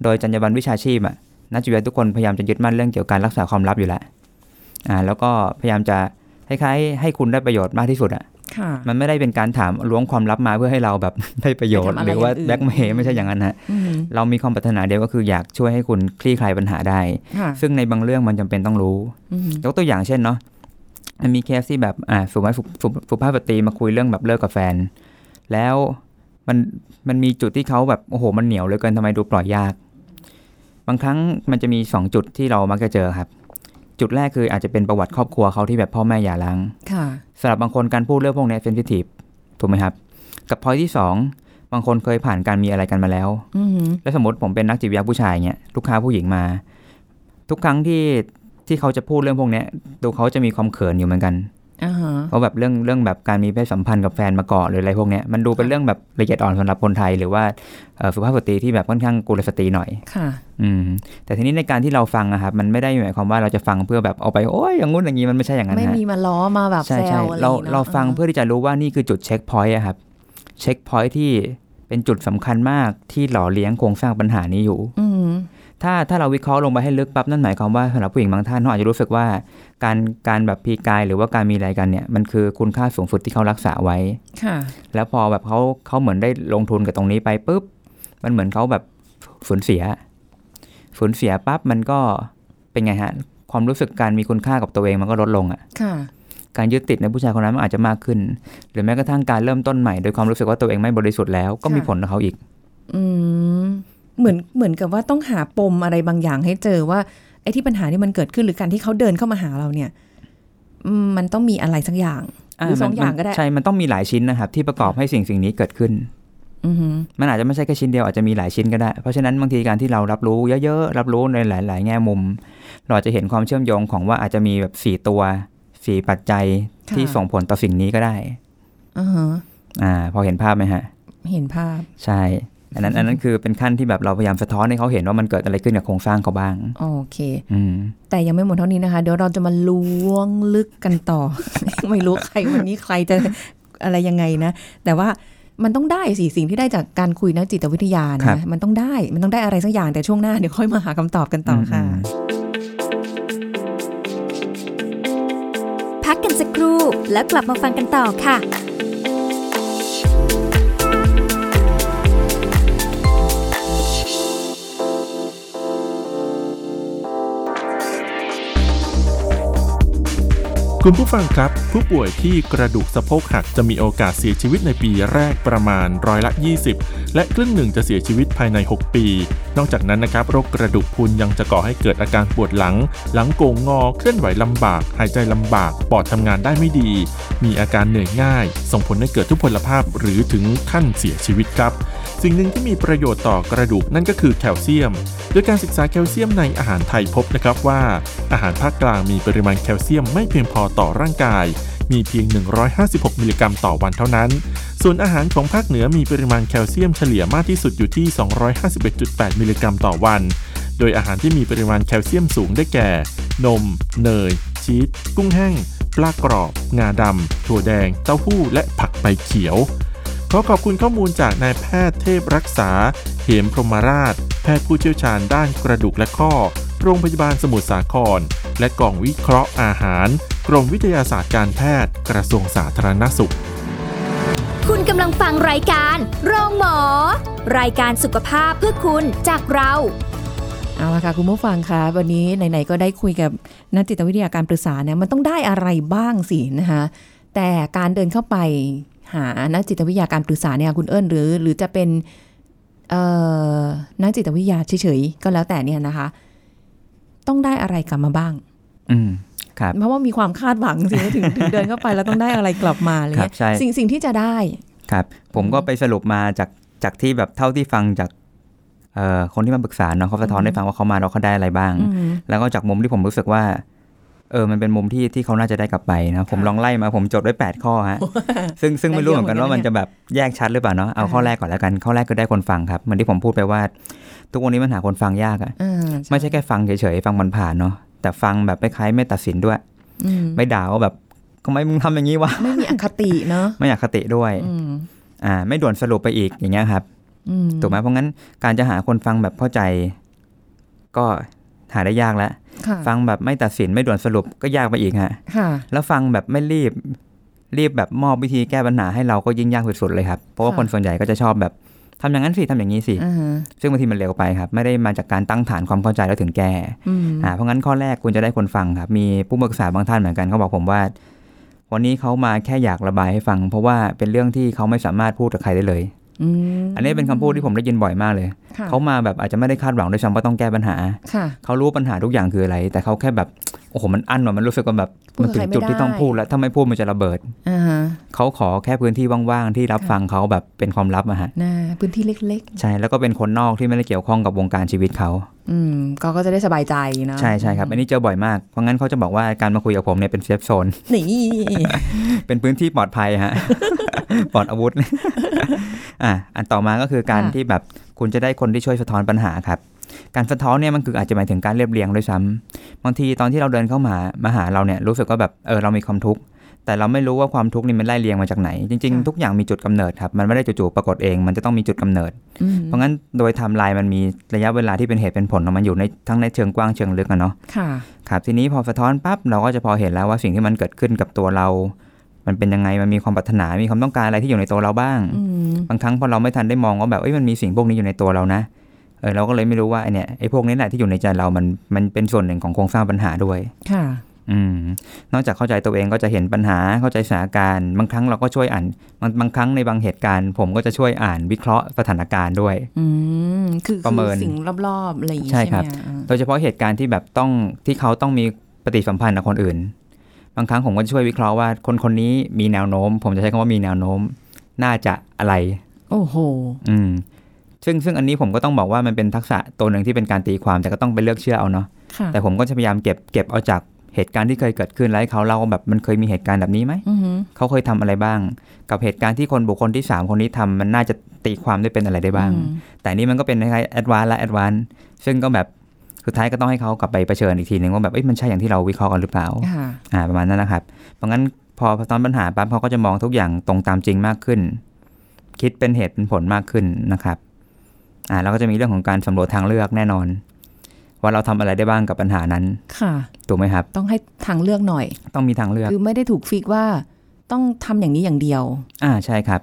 S3: โดยจรรยาบรรณวิชาชีพอะนักจิตวิทยาทุกคนพยายามจะยึดมั่นเรื่องเกี่ยวกับการรักษาความลับอยู่แล้วอ่าแล้วก็พยายามจะคล้ายๆให้คุณได้ประโยชน์มากที่สุดอะ
S2: ค่ะ
S3: มันไม่ได้เป็นการถามล้วงความลับมาเพื่อให้เราแบบ ได้ประโยชน์
S2: ไปทำอะไร
S3: หรือว่า
S2: อย่างอื่น
S3: แบล็กเมย์ไม่ใช่อย่างนั้นฮะ
S2: อืม
S3: เรามีความปรารถนาเดียวก็คืออยากช่วยให้คุณคลี่คลายปัญหาได้
S2: ค่ะ
S3: ซึ่งในบางเรื่องมันจำเป็นต้องรู้
S2: อืม
S3: ยกตัวอย่างเช่นเนาะมันมีเคสที่แบบอ่าสุภาพสุสุสุภาพสตรีมาคุยเรื่องแบบเลิกกับแฟน แล้วมันมันมีจุดที่เขาแบบโอ้โหมันเหนียวเหลือเกินทำไมดูปล่อยยาก บางครั้งมันจะมีสองจุดที่เรามักจะเจอครับ จุดแรกคืออาจจะเป็นประวัติครอบครัวเขาที่แบบพ่อแม่หย่าร้าง
S2: ค่ะ
S3: สำหรับบางคนการพูดเรื่องพวกเนี้เซนซิทีฟถูกไหมครับ กับพอยที่สองบางคนเคยผ่านการมีอะไรกันมาแล้ว
S2: อืม
S3: แล้วสมมติผมเป็นนักจิตวิทยาผู้ชายเงี้ยลูกค้าผู้หญิงมา ทุกครั้งที่ที่เขาจะพูดเรื่องพวกเนี้ยดูเขาจะมีความเขินอยู่เหมือนกัน
S2: อ่าฮะ
S3: เพราะแบบเรื่องเรื่องแบบการมีเพศสัมพันธ์กับแฟนมาก่อนหรืออะไรพวกเนี้ยมันดูเป็นเรื่องแบบละเอียดอ่อนสำหรับคนไทย หรือว่าเอ่อสุภาพสตรีที่แบบค่อนข้างกุลสตรีหน่อย
S2: ค่ะ
S3: อืมแต่ทีนี้ในการที่เราฟังอะครับมันไม่ได้หมายความว่าเราจะฟังเพื่อแบบเอาไปโอ้ยอย่างงู้นอย่างนี้มันไม่ใช่อย่างนั้น
S2: ไม่
S3: ฮะ
S2: มีมาล้อมาแบบ
S3: ใช่
S2: แซ
S3: ใช่
S2: วอะไร
S3: เรา
S2: อย่ย
S3: เราฟัง
S2: อ่
S3: เพื่อที่จะรู้ว่านี่คือจุดเช็คพอยต์ครับเช็คพอยต์ที่เป็นจุดสำคัญมากที่หล่อเลี้ยงโครงสร้างปัญหานี้อยู่
S2: อืม
S3: ถ้าถ้าเราวิเคราะห์ลงไปให้ลึกปั๊บนั่นหมายความว่าสำหรับผู้หญิงบางท่านเขาอาจจะรู้สึกว่า การการแบบพีกายหรือว่าการมีอะไรกันเนี่ยมันคือคุณค่าสูงสุดที่เขารักษาไว้
S2: ค่ะ
S3: แล้วพอแบบเขาเขาเหมือนได้ลงทุนกับตรงนี้ไปปุ๊บมันเหมือนเขาแบบสูญเสียสูญเสียปั๊บมันก็เป็นไงฮะความรู้สึกการมีคุณค่ากับตัวเองมันก็ลดลงอะ
S2: ค่ะ
S3: การยึดติดในผู้ชายคนนั้นมันอาจจะมากขึ้น หรือแม้กระทั่งการเริ่มต้นใหม่โดยความรู้สึกว่าตัวเองไม่บริสุทธิ์แล้วก็มี
S2: ค่ะ
S3: ผลต่อเขาอีก
S2: อืมเหมือนเหมือนกับว่าต้องหาปมอะไรบางอย่างให้เจอว่าไอ้ที่ปัญหาที่มันเกิดขึ้นหรือการที่เขาเดินเข้ามาหาเราเนี่ยอืมมันต้องมีอะไรสักอย่าง หรือสอง
S3: มัน
S2: อย่างก็ได้
S3: ใช่ มันต้องมีหลายชิ้นนะครับ ที่ประกอบให้สิ่งสิ่งนี้เกิดขึ้น
S2: อือฮึ
S3: มันอาจจะไม่ใช่แค่ชิ้นเดียวอาจจะมีหลายชิ้นก็ได้ เพราะฉะนั้นบางทีการที่เรารับรู้เยอะๆ รับรู้ในหลาย ๆ แง่มุม เราอาจจะเห็นความเชื่อมโยงของว่าอาจจะมีแบบสี่ตัวสี่ปัจจัยที่ส่งผลต่อสิ่งนี้ก็ได้
S2: อ่าฮะ
S3: อ่า พอเห็นภาพไหมฮะ
S2: เห็นภาพ
S3: ใช่ อันนั้นอันนั้นคือเป็นขั้นที่แบบเราพยายามสะท้อนให้เขาเห็นว่ามันเกิดอะไรขึ้นกับโครงสร้างเขาบ้าง
S2: โอเค
S3: อืม
S2: แต่ยังไม่หมดเท่านี้นะคะ เดี๋ยวเราจะมาล้วงลึกกันต่อ ไม่รู้ใครวันนี้ใครจะอะไรยังไงนะ แต่ว่ามันต้องได้สิสิ่งที่ได้จากการคุยนักจิตวิทยา
S3: ครั
S2: นะ
S3: บ
S2: มันต้องได้มันต้องได้อะไรสักอย่างแต่ช่วงหน้าเดี๋ยวค่อยมาหาคำตอบกันต่อค่ะ
S3: ม
S1: พักกันสักครู่แล้วกลับมาฟังกันต่อค่ะ
S4: คุณผู้ฟังครับ ผู้ป่วยที่กระดูกสะโพกหักจะมีโอกาสเสียชีวิตในปีแรกประมาณร้อยละ 20 และครึ่งหนึ่งจะเสียชีวิตภายใน 6 ปี นอกจากนั้นนะครับโรคกระดูกพรุนยังจะก่อให้เกิดอาการปวดหลัง หลังโก่งงอเคลื่อนไหวลำบาก หายใจลำบาก ปอดทำงานได้ไม่ดี มีอาการเหนื่อยง่าย ส่งผลให้เกิดทุพพลภาพหรือถึงขั้นเสียชีวิตครับ สิ่งหนึ่งที่มีประโยชน์ต่อกระดูกนั่นก็คือแคลเซียม โดยการศึกษาแคลเซียมในอาหารไทยพบนะครับว่า อาหารภาคกลางมีปริมาณแคลเซียมไม่เพียงพอต่อร่างกาย มีเพียง 156 มิลลิกรัมต่อวันเท่านั้น ส่วนอาหารของภาคเหนือมีปริมาณแคลเซียมเฉลี่ยมากที่สุดอยู่ที่ 251.8 มิลลิกรัมต่อวัน โดยอาหารที่มีปริมาณแคลเซียมสูงได้แก่ นม เนย ชีส กุ้งแห้ง ปลากรอบ งาดำ ถั่วแดง เต้าหู้ และผักใบเขียว ขอขอบคุณข้อมูลจากนายแพทย์เทพรักษา เหมพรหมราช แพทย์ผู้เชี่ยวชาญด้านกระดูกและข้อ โรงพยาบาลสมุทรสาคร และกองวิเคราะห์อาหาร กรมวิทยาศาสตร์การแพทย์ กระทรวงสาธารณสุข
S1: คุณกำลังฟังรายการ โรงหมอ รายการสุขภาพเพื่อคุณจากเรา
S2: เอาละค่ะคุณผู้ฟังคะวันนี้ไหนๆก็ได้คุยกับนักจิตวิทยาการปรึกษาเนี่ยมันต้องได้อะไรบ้างสินะคะแต่การเดินเข้าไปหานักจิตวิทยาการปรึกษาเนี่ยคุณเอิญหรือ หรือจะเป็นเอ่อนักจิตวิทยาเฉยๆก็แล้วแต่เนี่ยนะคะ ต้องได้อะไรกลับมาบ้าง
S3: อืมครับ
S2: เพราะว่ามีความคาดหวังสิว่าถึงถึงเดินเข้าไปแล้วต้องได้อะไรกลับมาอะไร
S3: ครั
S2: เงี้
S3: บ
S2: ย
S3: ใช่
S2: สิ่งสิ่งที่จะได้
S3: ครับผมก็ไปสรุปมาจากจากที่แบบเท่าที่ฟังจากเอ่อคนที่มาปรึกษาเนาะเขาสะท้อน
S2: อืม
S3: ให้ฟังว่าเขามาแล้วเขาได้อะไรบ้าง
S2: อืม
S3: แล้วก็จากมุมที่ผมรู้สึกว่า เออ มันเป็นมุมที่ที่เขาน่าจะได้กลับไปนะผม
S2: ค่ะ
S3: ลองไล่มาผมจดไว้ 8 ข้อ ฮะ ซึ่งซึ่งไม่รู้เหมือนกันว่ามันจะแบบแยกชัดหรือเปล่าเนาะเอาข้อ
S2: อ่า
S3: แรกก่อนแล้วกันข้อแรกคือได้คนฟังครับเหมือนที่ผมพูดไปว่า ทุกวันนี้มันหาคนฟังยากอะ
S2: อ่า
S3: ไม่ใช่แค่ฟังเฉยๆฟังมันผ่านๆเนาะแต่ฟังแบบไม่คล้ายไม่ตัดสินด้วย
S2: อืม
S3: ไม่ด่าว่าแบบทำไมมึงทำอย่างนี้วะ
S2: ไม่มีอคติเนาะ
S3: ไม่อยากคติด้วย
S2: อืม
S3: อ่าไม่ด่วนสรุปไปอีกอย่างเงี้ยครับ
S2: อืม
S3: ถูกไหมเพราะงั้นการจะหาคนฟังแบบเข้าใจ ก็หาได้ยากแล้ว
S2: ค่ะ
S3: ฟังแบบไม่ตัดสินไม่ด่วนสรุปก็ยากไปอีกฮะ
S2: ค่ะ
S3: แล้วฟังแบบไม่รีบ รีบแบบมอบวิธีแก้ปัญหาให้เราก็ยิ่งยากสุดๆเลยครับ เพราะว่า
S2: ค่ะ
S3: คนส่วนใหญ่ก็จะชอบแบบทำอย่างนั้นสิทำอย่างนี้สิ
S2: อ่า
S3: ซึ่งบางทีมันเร็วไปครับ ไม่ได้มาจากการตั้งฐานความเข้าใจแล้วถึงแก้
S2: อืม
S3: อ่าเพราะงั้นข้อแรกคุณจะได้คนฟังครับ มีผู้ปรึกษาบางท่านเหมือนกันเขาบอกผมว่า วันนี้เขามาแค่อยากระบายให้ฟัง เพราะว่าเป็นเรื่องที่เขาไม่สามารถพูดกับใครได้เลย
S2: ม
S3: อันนี้เป็นคำพูดที่ผมได้ยินบ่อยมากเลย
S2: ค่ะ
S3: เขามาแบบอาจจะไม่ได้คาดหวังด้วยซ้ำว่าต้องแก้ปัญหา
S2: ค่ะ
S3: เขารู้ปัญหาทุกอย่างคืออะไร แต่เขาแค่แบบ โอ้โห มันอั้นว่ะมันรู้สึกว่าแบบ มันถึงจุดที่ต้องพูดแล้ว ถ้าไม่พูดมันจะระเบิด
S2: อ่าฮะ
S3: เขาขอแค่พื้นที่ว่างๆ ที่รับ
S2: ค่ะ
S3: ฟังเขาแบบเป็นความลับอะฮะ
S2: นะพื้นที่เล็ก
S3: ใช่ แล้วก็เป็นคนนอกที่ไม่ได้เกี่ยวข้องกับวงการชีวิตเขา
S2: ๆ อืมก็ก็จะได้สบายใจเนอะ
S3: ใช่ใช่ครับ อันนี้เจอบ่อยมาก เพราะงั้นเขาจะบอกว่าการมาคุยกับผมเนี่ยเป็นเซฟโซน
S2: นี่
S3: เป็นพื้นที่ปลอดภัยฮะ ปลอดอาวุธ อ่ะอันต่อมาก็คือการที่แบบคุณจะได้คนที่ช่วยสะท้อนปัญหาครับ การสะท้อนเนี่ยมันคืออาจจะหมายถึงการเรียบเรียงด้วยซ้ำบางทีตอนที่เราเดินเข้ามามาหาเราเนี่ยรู้สึกว่าแบบเออเรามีความทุกข์แต่เราไม่รู้ว่าความทุกข์นี่มันไล่เรียงมาจากไหน จริงๆทุกอย่างมีจุดกำเนิดครับมันไม่ได้จู่ๆปรากฏเอง มันจะต้องมีจุดกำเนิด
S2: อืม
S3: เพราะงั้นโดยไทม์ไลน์มันมีระยะเวลาที่เป็นเหตุเป็นผลของมันอยู่ในทั้งในเชิงกว้างเชิงลึกอะเนาะ
S2: ค่ะ
S3: ครับทีนี้พอสะท้อนปั๊บเราก็จะพอเห็นแล้วว่าสิ่งที่มันเกิดขึ้นกับตัวเรา มันเป็นยังไงมันมีความปรารถนา มีความต้องการอะไรที่อยู่ในตัวเราบ้าง
S2: อืม
S3: บางครั้งพอเราไม่ทันได้มองว่าแบบเอ้ยมันมีสิ่งพวกนี้อยู่ในตัวเรานะเออเราก็เลยไม่รู้ว่าไอเนี่ยไอพวกนี้แหละที่อยู่ในใจเรามันมันเป็นส่วนหนึ่งของโครงสร้างปัญหาด้วย
S2: ค่ะ
S3: อืมนอกจากเข้าใจตัวเองก็จะเห็นปัญหาเข้าใจสถานการณ์บางครั้งเราก็ช่วยอ่านบางบางครั้งในบางเหตุการณ์ ผมก็จะช่วยอ่านวิเคราะห์สถานการณ์ด้วย
S2: อืมคือ
S3: ประเมิน
S2: คือสิ่งรอบๆอะไรอย่างงี้
S3: ใช่
S2: ใช่ไหม
S3: ครับ
S2: อ่า
S3: โดยเฉพาะเหตุการณ์ที่แบบต้องที่เขาต้องมีปฏิสัมพันธ์กับคนอื่น บางครั้งผมก็จะช่วยวิเคราะห์ว่าคนคนนี้มีแนวโน้ม ผมจะใช้คำว่ามีแนวโน้ม น่าจะอะไร
S2: โอ้โห
S3: อืมซึ่งซึ่งอันนี้ผมก็ต้องบอกว่ามันเป็นทักษะตัวหนึ่งที่เป็นการตีความแต่ก็ต้องไปเลือกเชื่อเอาเนาะ
S2: ค่ะ
S3: แต่ผมก็จะพยายามเก็บเก็บเอาจากเหตุการณ์ที่เคยเกิดขึ้นแล้วให้เขาเล่าว่าแบบมันเคยมีเหตุการณ์แบบนี้ไหม
S2: อือหือ
S3: เขาเคยทำอะไรบ้าง กับเหตุการณ์ที่คนบุคคลที่สามคนนี้ทำมันน่าจะตีความได้เป็นอะไรได้บ้าง
S2: อืม
S3: แต่นี่มันก็เป็นคล้ายๆแอดวานและแอดวานซึ่งก็แบบสุดท้ายก็ต้องให้เขากลับไปเผชิญอีกทีหนึ่งว่าแบบเอ้ยมันใช่อย่างที่เราวิเคราะห์กันหรือเปล่า
S2: ค่ะ
S3: อ่าประมาณนั้นนะครับ เพราะงั้นพอตอนปัญหาปั๊บเขาก็จะมองทุกอย่างตรงตามจริงมากขึ้น คิดเป็นเหตุเป็นผลมากขึ้นนะครับอ่าแล้วก็จะมีเรื่องของการสำรวจทางเลือกแน่นอน ว่าเราทำอะไรได้บ้างกับปัญหานั้น
S2: ค่ะ
S3: ถูกไหมครับ
S2: ต้องให้ทางเลือกหน่อย
S3: ต้องมีทางเลือก
S2: คือไม่ได้ถูกฟิกว่าต้องทำอย่างนี้อย่างเดียว
S3: อ่าใช่ครับ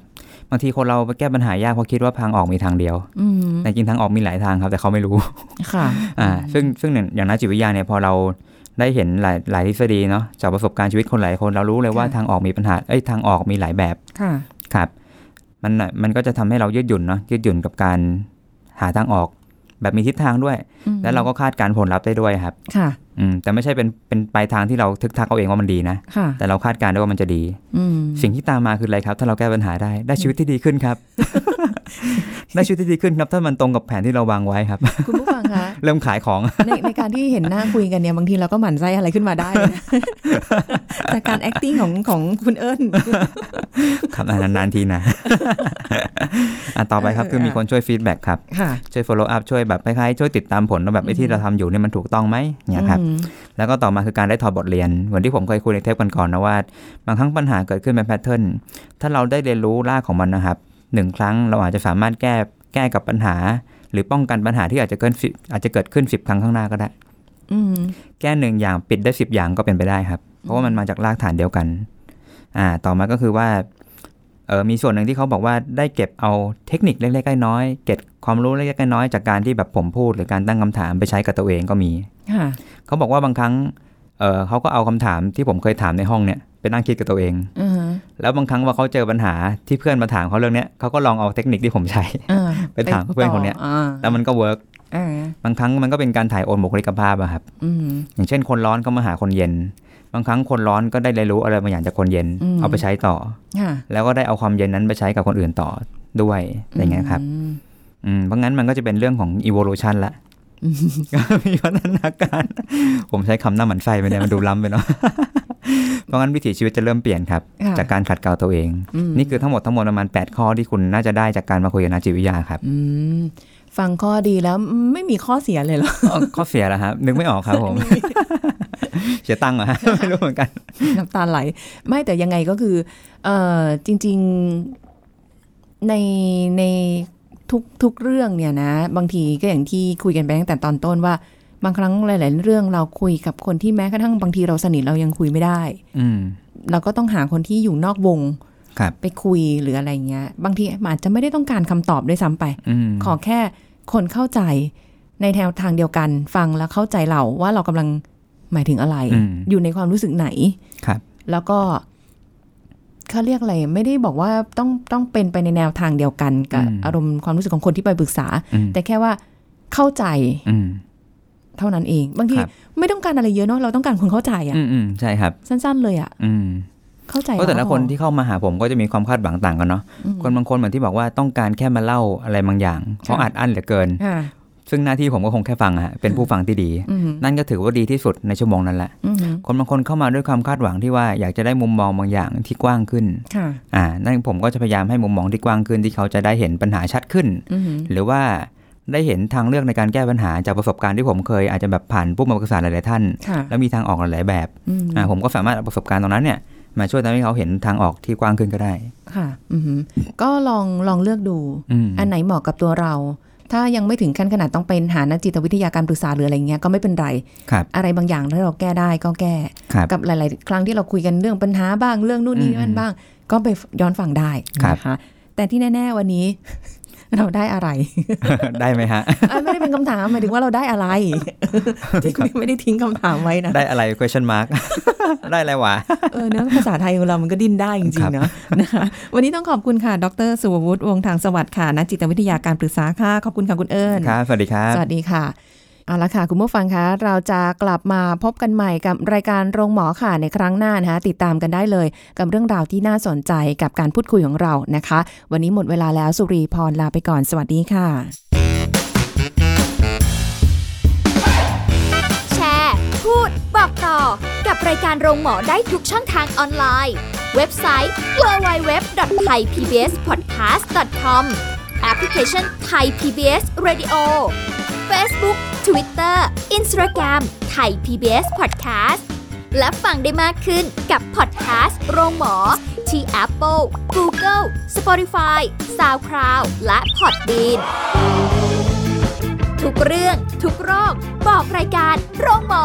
S3: บางทีคนเราแก้ปัญหายากเพราะคิดว่าทางออกมีทางเดียว
S2: อืม
S3: แต่จริงทางออกมีหลายทางครับ แต่เขาไม่รู้
S2: ค่ะ
S3: อ่าซึ่งซึ่งอย่างอย่างนักจิตวิทยาเนี่ยพอเราได้เห็นหลายหลายทฤษฎีเนาะจากประสบการณ์ชีวิตคนหลายคนเรารู้เลยว่า
S2: ค่ะ
S3: ทางออกมีปัญหาเอ้ยทางออกมีหลายแบบ
S2: ค่ะ
S3: ครับมันน่ะมันก็จะทำให้เรายืดหยุ่นเนาะยืดหยุ่นกับการหาทางออกแบบมีทิศทางด้วย
S2: อืม
S3: แล้วเราก็คาดการณ์ผลลัพธ์ได้ด้วยครับ
S2: ค่ะ
S3: อืมแต่ไม่ใช่เป็นเป็นปลายทางที่เราทึกทักเอาเองว่ามันดีนะ
S2: ค่ะ
S3: แต่เราคาดการณ์ได้ว่ามันจะดี
S2: อืม
S3: สิ่งที่ตามมาคืออะไรครับ ถ้าเราแก้ปัญหาได้ได้ชีวิตที่ดีขึ้นครับ ได้ชีวิตที่ดีขึ้นครับถ้ามันตรงกับแผนที่เราวางไว้ครับ
S2: คุณผู้ฟังคะ
S3: เริ่มขายของ
S2: ในในการที่เห็นหน้าคุยกันเนี่ยบางทีเราก็หมั่นไส้อะไรขึ้นมาได้นะ จากการ acting ของของคุณเอิญ
S3: ครับอ่านานๆทีนะ อ่ะต่อไปครับ
S2: เออ
S3: คือมี
S2: อ่ะ
S3: คนช่วยฟีดแบ็กครับ
S2: ค่ะ
S3: ช่วย follow up ช่วยแบบคล้ายๆช่วยติดตามผลว่าแบบไอ้ที่เราทำอยู่เนี่ยมันถูกต้องไหมเนี่ยครับ
S2: อืม
S3: แล้วก็ต่อมาคือการได้ถอดบทเรียน เหมือนที่ผมเคยคุยในเทปก่อนๆนะว่า บางครั้งปัญหาเกิดขึ้นเป็นแพทเทิร์นถ้าเราได้เรียนรู้รากของมันนะครับหนึ่งครั้งเราอาจจะสามารถแก้แก้กับปัญหา หรือป้องกันปัญหาที่อาจจะเกิดอาจจะเกิดขึ้น 10 ครั้งข้างหน้าก็ได้
S2: อืม
S3: แก้หนึ่งอย่างปิดได้สิบอย่างก็เป็นไปได้ครับ เพราะว่ามันมาจากรากฐานเดียวกัน อ่า ต่อมาก็คือว่า เอ่อมีส่วนหนึ่งที่เขาบอกว่าได้เก็บเอาเทคนิคเล็กๆน้อยๆเก็บความรู้เล็กๆน้อยๆจากการที่แบบผมพูดหรือการตั้งคำถามไปใช้กับตัวเองก็มี
S2: ค่ะ
S3: เขาบอกว่าบางครั้งเอ่อเขาก็เอาคำถามที่ผมเคยถามในห้องเนี่ยไปนั่งคิดกับตัวเอง
S2: อือ
S3: แล้วบางครั้งว่าเขาเจอปัญหาที่เพื่อนมาถามเขาเรื่องเนี้ยเขาก็ลองเอาเทคนิคที่ผมใช้
S2: อ่า
S3: ไปถามเพื่อนคนเนี้ย
S2: อ่า
S3: แล้วมันก็เวิร์ก
S2: อ่า
S3: บางครั้งมันก็เป็นการถ่ายโอนบุคลิกภาพอะครับ
S2: อืม
S3: อย่างเช่นคนร้อนก็มาหาคนเย็น บางครั้งคนร้อนก็ได้เรียนรู้อะไรบางอย่างจากคนเย็น
S2: อืม
S3: เอาไปใช้ต่อ
S2: ค่ะ
S3: แล้วก็ได้เอาความเย็นนั้นไปใช้กับคนอื่นต่อด้วยอะไรเงี้ยครับ
S2: ม
S3: อืมเพราะงั้นมันก็จะเป็นเรื่องของ evolution ละก็มีพัฒนาการ ผมใช้คำหน้าหมันไส้ไปเนี่ยมันดูล้ำไปเนาะ เพราะงั้นวิถีชีวิตจะเริ่มเปลี่ยนครับ
S2: ค่ะ
S3: จากการขัดเกลาตัวเอง
S2: ม
S3: นี่คือทั้งหมดทั้งมวลประมาณ 8 ข้อที่คุณน่าจะได้จากการมาคุยกับนักจิตวิทยา ครับ
S2: อืมฟังข้อดีแล้วไม่มีข้อเสียเลยเหรอ
S3: อ๋อข้อเสียแล้วครับ นึกไม่ออกครับ ผม เสียตังค์เหรอฮะ ไม่รู้เหมือนกัน
S2: น้ำตาไหล ไม่แต่ยังไงก็คือเออจริงๆในในทุกทุกเรื่องเนี่ยนะ บางทีก็อย่างที่คุยกันไปตั้งแต่ตอนต้นว่า บางครั้งหลาย ๆ เรื่องเราคุยกับคนที่แม้กระทั่งบางทีเราสนิทเรายังคุยไม่ได้
S3: อืม
S2: เราก็ต้องหาคนที่อยู่นอกวง
S3: ครับ
S2: ไปคุยหรืออะไรเงี้ย บางทีมันอาจจะไม่ได้ต้องการคำตอบด้วยซ้ำไป
S3: อืม
S2: ขอแค่คนเข้าใจในแนวทางเดียวกันฟังแล้วเข้าใจเราว่าเรากำลังหมายถึงอะไร
S3: อืม
S2: อยู่ในความรู้สึกไหน
S3: ครับ
S2: แล้วก็เขาเรียกอะไร ไม่ได้บอกว่าต้องต้องเป็นไปในแนวทางเดียวกันกับ
S3: อืม
S2: อารมณ์ความรู้สึกของคนที่ไปปรึกษา
S3: อืม
S2: แต่แค่ว่าเข้าใจ
S3: อืม
S2: เท่านั้นเอง บางที
S3: ครับ
S2: ไม่ต้องการอะไรเยอะเนาะเราต้องการคนเข้าใจอะ
S3: อืมอืมใช่ครับ
S2: สั้น ๆ เลยอะ
S3: อืม
S2: เข้าใจ
S3: เพราะแต่ละ
S2: เรา
S3: คนที่เข้ามาหาผมก็จะมีความคาดหวังต่างกันเนาะ
S2: อืม
S3: คนบางคนเหมือนที่บอกว่าต้องการแค่มาเล่าอะไรบางอย่าง เพราะ
S2: ค่ะ
S3: อัดอั้นเหลือเกิน
S2: อ่า
S3: ซึ่งหน้าที่ผมก็คงแค่ฟังอะฮะเป็นผู้ฟังที่ดี
S2: อืม
S3: นั่นก็ถือว่าดีที่สุดในชั่วโมงนั้นแหละ
S2: อืม
S3: คนบางคนเข้ามาด้วยความคาดหวังที่ว่าอยากจะได้มุมมองบางอย่างที่กว้างขึ้น
S2: ค่ะ
S3: อ่า นั่นผมก็จะพยายามให้มุมมองที่กว้างขึ้นที่เขาจะได้เห็นปัญหาชัดขึ้น
S2: อืม
S3: หรือว่าได้เห็นทางเลือกในการแก้ปัญหาจากประสบการณ์ที่ผมเคยอาจจะแบบผ่านผู้มาปรึกษาหลายๆท่าน
S2: ค่ะ
S3: แล้วมีทางออกหลายๆแบบ
S2: อืม
S3: อ่าผมก็สามารถเอาประสบการณ์ตรงนั้นเนี่ยมาช่วยทำให้เขาเห็นทางออกที่กว้างขึ้นก็ได้
S2: ค่ะอือหือก็ลองลองเลือกดู
S3: อืม
S2: อันไหนเหมาะกับตัวเรา ถ้ายังไม่ถึงขั้นขนาดต้องเป็นหานักจิตวิทยาการปรึกษาหรืออะไรเงี้ยก็ไม่เป็นไร
S3: ครับ
S2: อะไรบางอย่างที่เราแก้ได้ก็แก้
S3: ครับ
S2: กับหลาย ๆ ครั้งที่เราคุยกันเรื่องปัญหาบ้างเรื่องนู่นนี่
S3: อืม
S2: นั่นบ้าง ก็ไปย้อนฟังได้
S3: ครับ
S2: นะคะแต่ที่แน่ ๆ วันนี้ เราได้อะไร
S3: ได้ไหมฮ ะ
S2: อ่ะไม่ได้เป็นคำถ ามหมายถึงว่าเราได้ อะไรที่ไม่ได้ทิ้งคำถามไว้นะ
S3: ได้อะไร question mark ได้อะไรวะ
S2: เออเนอะภาษาไทยของเรามันก็ดิ้นได้จริงๆเนาะ นะคะวันนี้ต้องขอบคุณค่ะ ดรสุวัตวงศ์ทางสวัสดิ์ค่ะนักจิตวิทยาการปรึกษาค่ะ ขอบคุณค่ะคุณเอิญ
S3: ครับ สวัสดีครับ
S2: สวัสดีค่ะเอาละค่ะ คุณผู้ฟังคะเราจะกลับมาพบกันใหม่กับรายการโรงหมอค่ะในครั้งหน้านะคะติดตามกันได้เลย กับเรื่องราวที่น่าสนใจกับการพูดคุยของเรานะคะ วันนี้หมดเวลาแล้วสุรีพรลาไปก่อนสวัสดีค่ะ
S1: แชร์ พูด บอกต่อ กับรายการโรงหมอได้ทุกช่องทางออนไลน์ เว็บไซต์ www.thaipbspodcast.com แอปพลิเคชัน Thai PBS Radio Facebook Twitter Instagram Thai PBS Podcast และฟังได้มากขึ้นกับพอดแคสต์โรงหมอ ที่ Apple, Google, Spotify, SoundCloud และ Podbean ทุกเรื่องทุกโรค บอกรายการโรงหมอ